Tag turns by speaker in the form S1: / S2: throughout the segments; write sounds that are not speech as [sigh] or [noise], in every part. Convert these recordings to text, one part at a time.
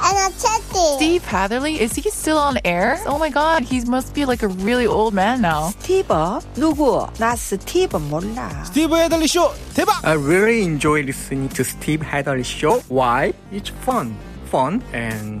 S1: energetic.
S2: Steve Hatherley, is he still on air? Oh my god, he must be like a really old man now.
S3: 스티브? 누구? 나 스티브 몰라.
S4: 스티브 헤들리 쇼 대박!
S5: I really enjoy listening to Steve Hadley show. Why? It's fun, fun, and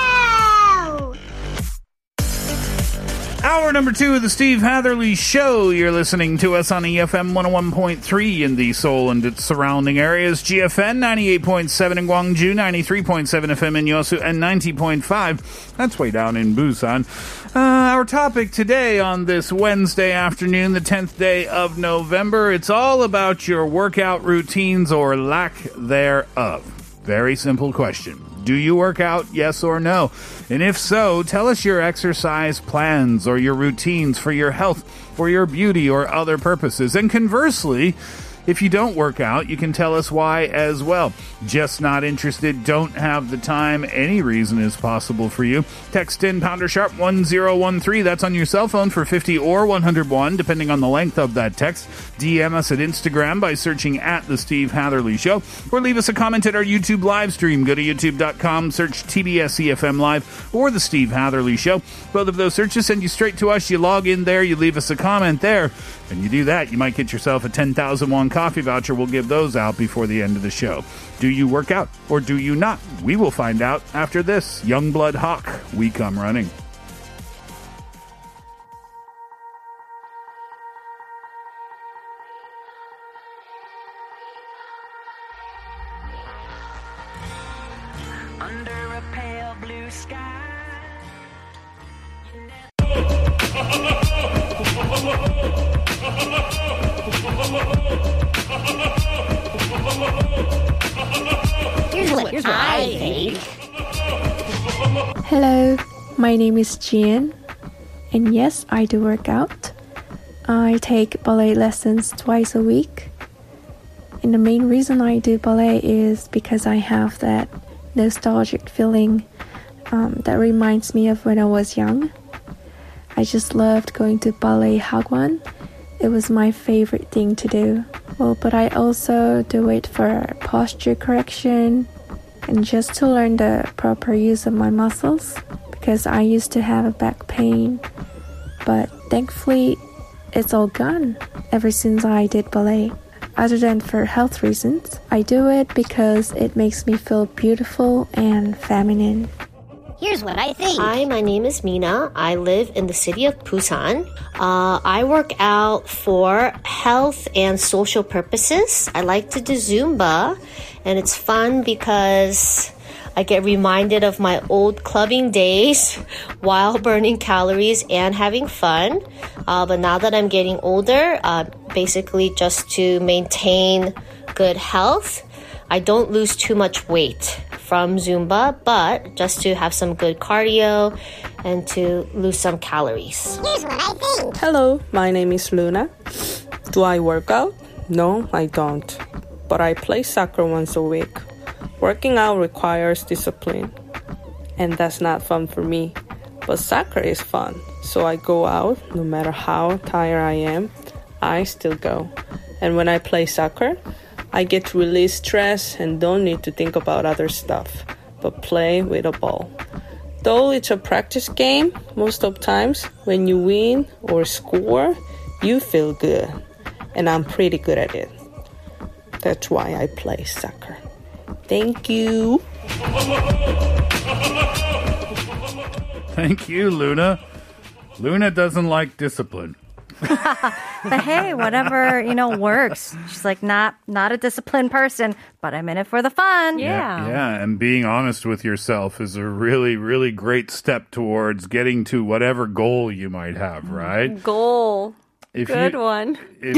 S6: Hour number two of the Steve Hatherley Show. You're listening to us on E EFM 101.3 in the Seoul and its surrounding areas, GFN 98.7 in Gwangju, 93.7 FM in Yosu, and 90.5. That's way down in Busan. Uh, our topic today on this Wednesday afternoon, the 10th day of November, it's all about your workout routines or lack thereof. Very simple question. Do you work out? Yes or no? And if so, tell us your exercise plans or your routines for your health, for your beauty, or other purposes. And conversely, if you don't work out, you can tell us why as well. Just not interested, don't have the time, any reason is possible for you. Text in pounder sharp 1013, that's on your cell phone for 50 or 101, depending on the length of that text. DM us at Instagram by searching at The Steve Hatherley Show, or leave us a comment at our YouTube live stream. Go to youtube.com, search TBS EFM E Live or The Steve Hatherley Show. Both of those searches send you straight to us. You log in there, you leave us a comment there, and you do that, you might get yourself a 10,000 won coffee voucher. We'll give those out before the end of the show. Do you work out or do you not? We will find out after this. Youngblood Hawk, we come running.
S7: Hello, my name is Jian, and yes, I do work out. I take ballet lessons twice a week, and the main reason I do ballet is because I have that nostalgic feeling um, that reminds me of when I was young. I just loved going to ballet hagwon. It was my favorite thing to do. Well, but I also do it for posture correction, and just to learn the proper use of my muscles because I used to have a back pain. But thankfully, it's all gone ever since I did ballet. Other than for health reasons, I do it because it makes me feel beautiful and feminine.
S1: Here's what I think.
S7: Hi, my name is Mina. I live in the city of Busan. Uh, I work out for health and social purposes. I like to do Zumba, and it's fun because I get reminded of my old clubbing days [laughs] while burning calories and having fun. Uh, but now that I'm getting older, uh, basically just to maintain good health. I don't lose too much weight from Zumba, but just to have some good cardio and to lose some calories.
S1: Here's what I think.
S3: Hello, my name is Luna. Do I work out? No, I don't. But I play soccer once a week. Working out requires discipline, and that's not fun for me. But soccer is fun, so I go out no matter how tired I am, I still go. And when I play soccer, I get to release stress and don't need to think about other stuff, but play with a ball. Though it's a practice game, most of times when you win or score, you feel good. And I'm pretty good at it. That's why I play soccer. Thank you.
S6: Thank you, Luna. Luna doesn't like discipline.
S8: [laughs] But hey, whatever you know works. She's like not not a disciplined person, but I'm in it for the fun.
S6: Yeah. Yeah. And being honest with yourself is a really, really great step towards getting to whatever goal you might have, right?
S8: Goal.
S6: If
S8: Good
S6: you-
S8: one.
S6: If,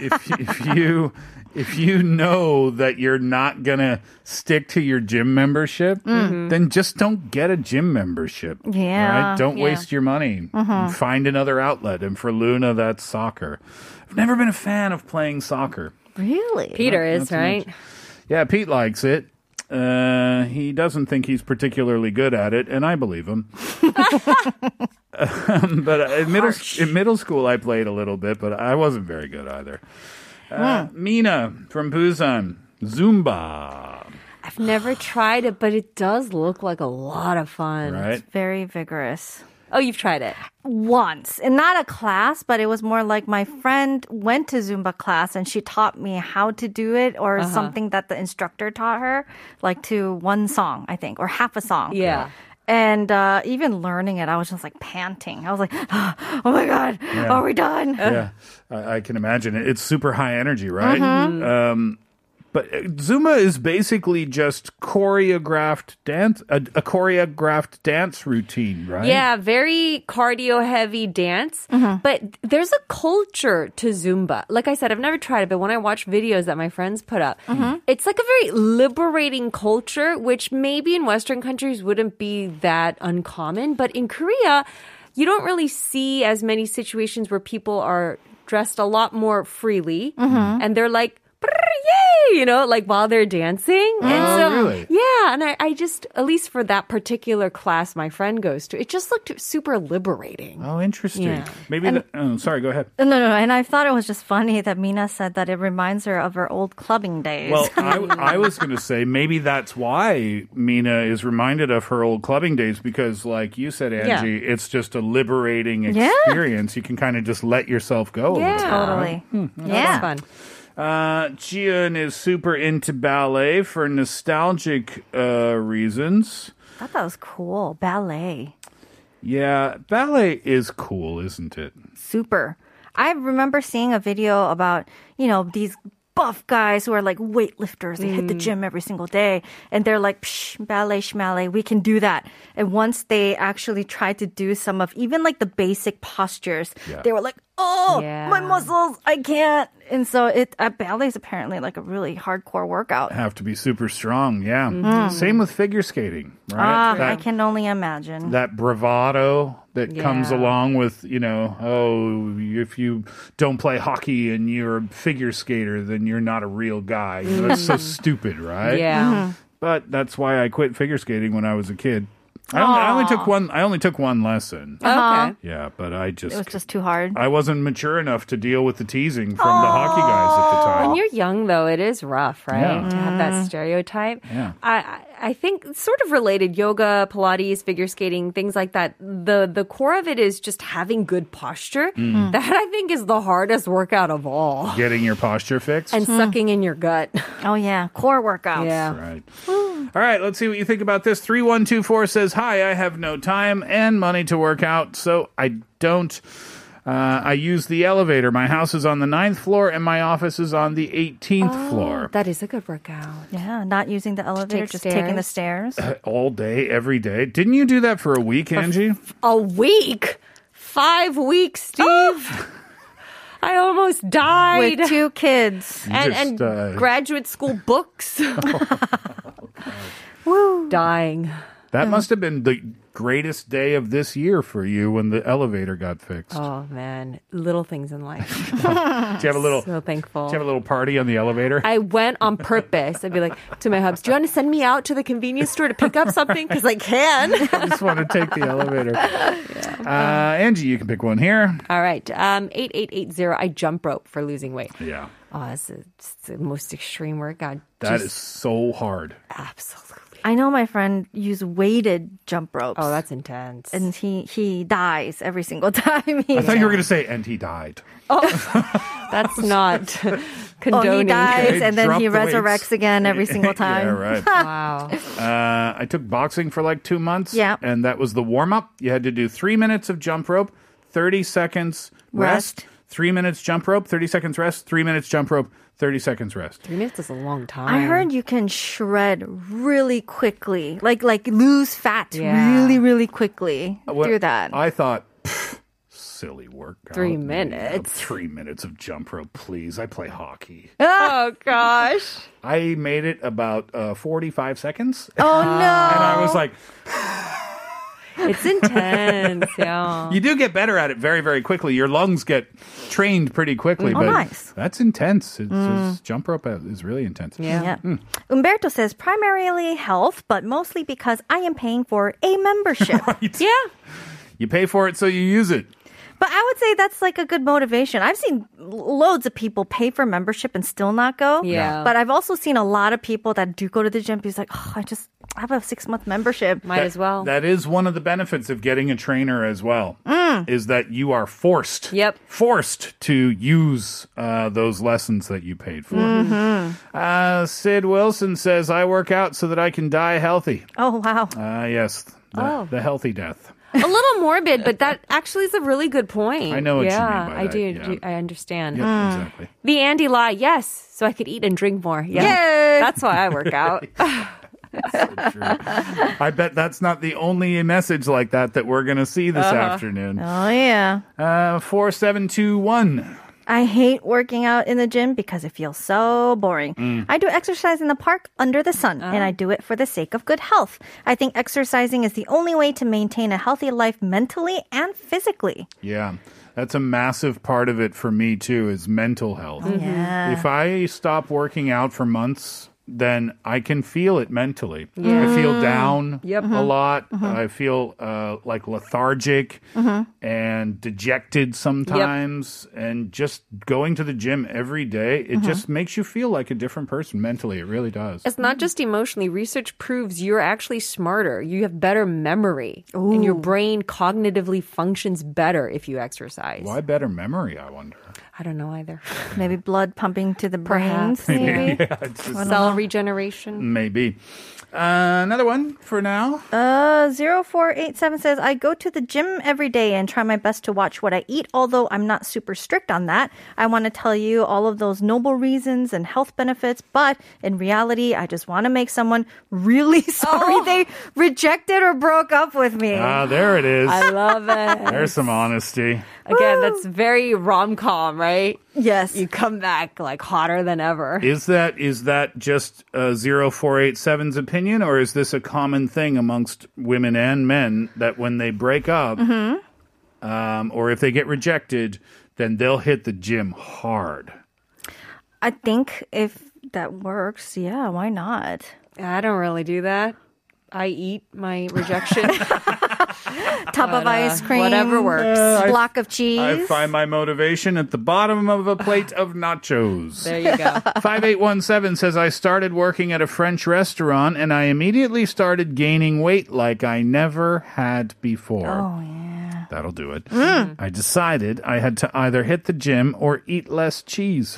S6: if if you if you know that you're not gonna stick to your gym membership,
S9: Mhm.
S6: then just don't get a gym membership.
S9: Yeah,
S6: right? don't
S9: yeah.
S6: waste your money.
S9: Mhm.
S6: Find another outlet. And for Luna, that's soccer. I've never been a fan of playing soccer.
S9: Really? Peter
S6: Not-
S9: is,
S6: not too
S9: right?
S6: much. Yeah, Pete likes it. Uh, he doesn't think he's particularly good at it, and I believe him. [laughs] um, but uh, in middle in middle school, I played a little bit, but I wasn't very good either. Uh, Mina from Busan, Zumba.
S9: I've never tried it, but it does look like a lot of fun. It's
S6: Right.
S9: very vigorous. Oh, you've tried it.
S3: once and not a class but it was more like my friend went to zumba class and she taught me how to do it or
S9: Uh-huh.
S3: something that the instructor taught her like to one song i think or half a song
S9: Yeah.
S3: and uh, even learning it i was just like panting i was like [gasps] oh my god
S6: Yeah.
S3: are we done
S6: Yeah, I, I can imagine it. It's super high energy, right?
S3: Mhm.
S6: Um, but uh, Zumba is basically just choreographed dance, a, a choreographed dance routine, right?
S9: Yeah, very cardio heavy dance.
S3: Mm-hmm.
S9: But there's a culture to Zumba. Like I said, I've never tried it, but when I watch videos that my friends put up,
S3: Mm-hmm.
S9: it's like a very liberating culture, which maybe in Western countries wouldn't be that uncommon. But in Korea, you don't really see as many situations where people are dressed a lot more freely
S3: Mhm.
S9: and they're like, "Brr, yay, you know, like while they're dancing.
S3: Oh,
S9: and so,
S3: really?
S9: yeah, and I, I just, at least for that particular class my friend goes to, it just looked super liberating.
S6: Oh, interesting.
S9: Yeah.
S6: Maybe.
S9: And-
S6: the, oh, sorry. Go
S3: [laughs]
S6: ahead.
S3: no no no and i thought it was just funny that mina said that it reminds her of her old clubbing days
S6: Well, I, I was going to say maybe that's why Mina is reminded of her old clubbing days because, like you said,
S3: Yeah.
S6: Angie, it's just a liberating
S3: Yeah.
S6: experience. You can kind of just let yourself go. a
S3: Yeah.
S6: little,
S3: Totally.
S6: Hmm.
S3: Yeah.
S9: That's
S6: fun. Uh, Jian is super into ballet for nostalgic uh, reasons.
S3: i thought that was cool ballet
S6: Yeah, ballet is cool, isn't it?
S3: super. I remember seeing a video about, you know, these buff guys who are like weightlifters. They
S9: Mm.
S3: hit the gym every single day and they're like, Psh, ballet, schmallet, we can do that. And once they actually tried to do some of even like the basic postures,
S9: Yeah.
S3: they were like, oh,
S9: Yeah.
S3: my muscles, I can't. And so it, uh, ballet is apparently like a really hardcore workout.
S6: Have to be super strong. Yeah.
S3: Mhm.
S6: Same with figure skating, right?
S3: Ah, I
S6: That-
S3: can only imagine.
S6: that bravado that comes
S3: Yeah.
S6: along with you know oh if you don't play hockey and you're a figure skater then you're not a real guy You know, that's so
S3: [laughs]
S9: Mm.
S6: stupid right
S9: Yeah. Mhm.
S6: but that's why i quit figure skating when i was a kid I only, I only took one i only took one lesson
S3: Uh-huh.
S6: yeah but i just
S3: It was just too hard.
S6: i wasn't mature enough to deal with the teasing from the hockey guys at the time
S9: When you're young, though, it is rough, right?
S6: Yeah.
S9: To have that stereotype.
S6: Yeah.
S9: I I- I think sort of related yoga, Pilates, figure skating, things like that. The the core of it is just having good posture.
S6: Mm.
S9: That I think is the hardest workout of all.
S6: getting your posture fixed
S9: And sucking in your gut.
S3: Oh yeah, core workouts.
S9: Yeah.
S6: Right. All right, let's see what you think about this. 3124 says, Hi, I have no time and money to work out, so I don't. Uh, I use the elevator. My house is on the ninth floor and my office is on the 18th floor.
S9: Oh, That is a good workout.
S3: Yeah, not using the elevator, just taking the stairs.
S6: All day, every day. Didn't you do that for a week, Angie?
S9: A week, five weeks, Steve. I almost died
S3: with two kids
S9: and
S6: Just, Oh,
S9: and
S6: uh,
S9: graduate
S6: [laughs]
S9: school books. [laughs] Woo. Dying.
S6: That must have been the greatest day of this year for you when the elevator got fixed.
S9: Oh man, little things in
S6: [laughs]
S9: life. Do you
S6: you have a little-
S9: So thankful.
S6: Did you have a little party on the elevator?
S9: I went on purpose. I'd be like to my hubs, "Do you want to send me out to the convenience store to pick up something? Because I can."
S6: [laughs]
S9: [laughs]
S6: I just want to take the elevator. Uh, Angie, you can pick one here.
S9: All right, um, eight eight eight zero. I jump rope for losing weight.
S6: Yeah.
S9: Oh, it's, a, it's the most extreme workout.
S6: That is so hard.
S3: I know my friend used weighted jump ropes.
S9: Oh, that's intense.
S3: And he he dies every single time. He,
S6: I thought you were going to say, and he died.
S9: That's [laughs] not condoning.
S3: Oh, he dies
S6: Okay,
S3: and then
S6: drop
S3: he
S6: the weights.
S3: resurrects again every single
S6: [laughs]
S3: time.
S6: yeah, right.
S3: [laughs]
S9: wow.
S6: Uh, I took boxing for like two months.
S3: Yeah.
S6: And that was the warm up. You had to do three minutes of jump rope, 30 seconds rest, three minutes jump rope, 30 seconds rest, three minutes jump rope, 30 seconds rest.
S9: Three minutes is a long time.
S3: I heard you can shred really quickly, like like lose fat
S6: Yeah.
S3: really really quickly
S6: What
S3: through that.
S6: I thought, "Pff, silly workout.
S9: Three
S6: You know,
S9: minutes.
S6: Three minutes of jump rope, please. I play
S3: [laughs]
S6: hockey.
S9: Oh gosh.
S6: I made it about uh, 45 seconds. [laughs]
S9: Oh,
S6: And I was like,
S9: [laughs] It's intense.
S3: [laughs]
S9: Yeah.
S6: you do get better at it very, very quickly. Your lungs get trained pretty quickly.
S3: Oh,
S6: but
S3: nice.
S6: That's intense. It's,
S3: Mm.
S6: it's- jump rope is really intense.
S3: Yeah.
S6: Mm.
S3: Umberto says primarily health, but mostly because I am paying for
S6: [laughs]
S3: a membership. Yeah.
S6: You pay for it, so you use it.
S3: But I would say that's like a good motivation. I've seen loads of people pay for membership and still not go.
S6: Yeah.
S3: But I've also seen a lot of people that do go to the gym because like, oh, I just I have a six month membership.
S6: That- That is one of the benefits of getting a trainer as well,
S3: Mm.
S6: is that you are forced, yep, forced to use uh, those lessons that you paid for.
S3: Mm-hmm.
S6: Uh, Sid Wilson says, "I work out so that I can die healthy."
S3: Oh wow!
S6: Uh, yes, the,
S9: Oh.
S6: the healthy death.
S9: a little morbid, but that actually is a really good point.
S6: I know what you mean
S9: yeah,
S6: by
S9: I
S6: that,
S9: do,
S6: yeah.
S9: do- I understand.
S6: Yep, Mm. exactly.
S9: The Andy lie, yes, so I could eat and drink more. Yeah, that's why I work
S6: [laughs]
S9: out.
S6: I bet that's not the only message like that that we're going to see this
S3: Uh-huh.
S6: afternoon.
S3: Oh yeah.
S6: Uh, four seven two one.
S3: I hate working out in the gym because it feels so boring.
S6: Mm.
S3: I do exercise in the park under the sun, and I do it for the sake of good health. I think exercising is the only way to maintain a healthy life mentally and physically.
S6: Yeah. That's a massive part of it for me too is mental health.
S3: Oh, yeah.
S6: If I stop working out for months, then I can feel it mentally.
S3: Yeah.
S6: I feel
S3: Mm.
S6: down
S3: Yep.
S6: a
S3: Mhm.
S6: lot.
S3: Mhm.
S6: I feel uh, like lethargic
S3: Mhm.
S6: and dejected sometimes. And just going to the gym every day, it
S9: Mhm.
S3: Uh-huh.
S6: just makes you feel like a different person mentally. It really does.
S9: It's not just emotionally. Research proves you're actually smarter. You have better memory, and your brain cognitively functions better if you exercise.
S6: Why better memory? I wonder.
S9: I don't know either.
S3: Maybe blood pumping to the
S9: Perhaps.
S3: brains.
S6: Maybe.
S3: Maybe.
S6: Yeah, it's just-
S9: Cell
S6: Mm.
S9: regeneration.
S6: Maybe. Uh, another one for now.
S3: Uh, 0487 says, I go to the gym every day and try my best to watch what I eat, although I'm not super strict on that. I want to tell you all of those noble reasons and health benefits, but in reality, I just want to make someone really [laughs] sorry they rejected or broke up with me.
S6: Ah, there it is.
S9: I love it.
S6: There's some honesty.
S9: Again, that's very rom com, right?
S3: Yes.
S9: You come back like hotter than ever.
S6: Is that is that just uh, 0487's opinion, or is this a common thing amongst women and men that when they break up,
S3: Mm-hmm.
S6: um, or if they get rejected, then they'll hit the gym hard?
S3: I think if that works, yeah, why not?
S9: I don't really do that. I eat my [laughs] rejection.
S3: Tub of
S9: But, uh,
S3: ice cream.
S9: whatever works.
S6: Uh, I-
S3: block of cheese.
S6: I find my motivation at the bottom of a plate of nachos.
S9: There you go.
S6: 5817 says, I started working at a French restaurant and I immediately started gaining weight like I never had before. Oh, yeah. That'll do it. I decided I had to either hit the gym or eat less cheese.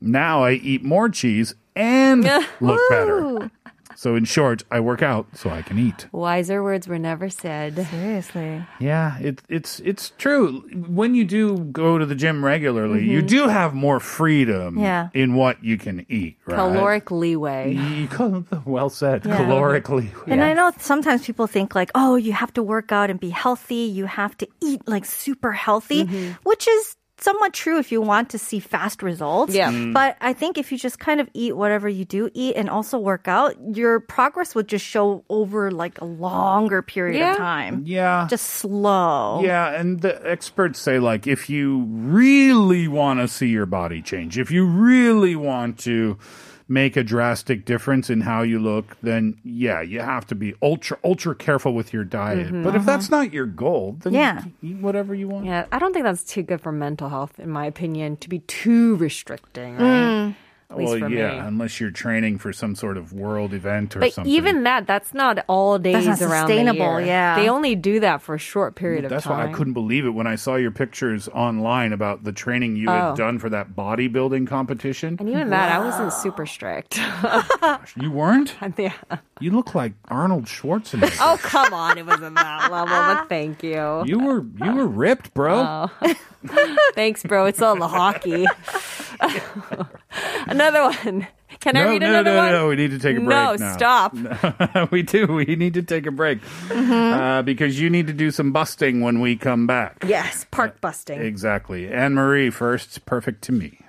S6: now I eat more cheese and look better.
S9: Ooh.
S6: So, in short, I work out so I can eat.
S9: Wiser words were never said.
S3: Seriously.
S6: Yeah, it, it's it's true. When you do go to the gym regularly,
S9: Mhm.
S6: you do have more freedom
S9: Yeah.
S6: in what you can eat, right?
S9: Caloric leeway.
S6: You call it the- Well said.
S3: Yeah.
S6: Calorically.
S3: And I know sometimes people think like, oh, you have to work out and be healthy. You have to eat like super healthy, which is somewhat true if you want to see fast results.
S9: Yeah. Mm.
S3: But I think if you just kind of eat whatever you do eat and also work out, your progress would just show over like a longer period
S6: Yeah.
S3: of time.
S6: Yeah.
S3: Just slow.
S6: Yeah, and the experts say like if you really want to see your body change, if you really want to make a drastic difference in how you look, then yeah, you have to be ultra ultra careful with your diet.
S9: Mhm.
S6: But if that's not your goal, then eat whatever you want.
S9: Yeah, I don't think that's too good for mental health, in my opinion, to be too restricting. Right? At least for
S6: well,
S9: me.
S6: yeah, unless you're training for some sort of world event or
S9: But
S6: something.
S9: even that, that's not all days
S3: That's not
S9: around the
S3: sustainable,
S9: year.
S3: yeah.
S9: They only do that for a short period of
S6: That's
S9: time.
S6: why I couldn't believe it when I saw your pictures online about the training you
S9: Oh.
S6: had done for that bodybuilding competition.
S9: And even that, I wasn't super strict. [laughs]
S6: You weren't?
S9: yeah.
S6: You look like Arnold Schwarzenegger.
S9: [laughs] oh, come on. It wasn't [laughs] that level, but thank you.
S6: You were you were ripped, bro. [laughs]
S9: Oh. Thanks, bro. It's all the hockey. [laughs] Another one. Can
S6: no,
S9: I read
S6: no,
S9: another
S6: no,
S9: one?
S6: No, we need to take a break.
S9: No,
S6: now.
S9: stop.
S6: [laughs]
S9: Mm-hmm.
S6: we do. We need to take a break uh, because you need to do some busting when we come back.
S9: Yes, park busting.
S6: Exactly. Anne Marie first. Perfect to me.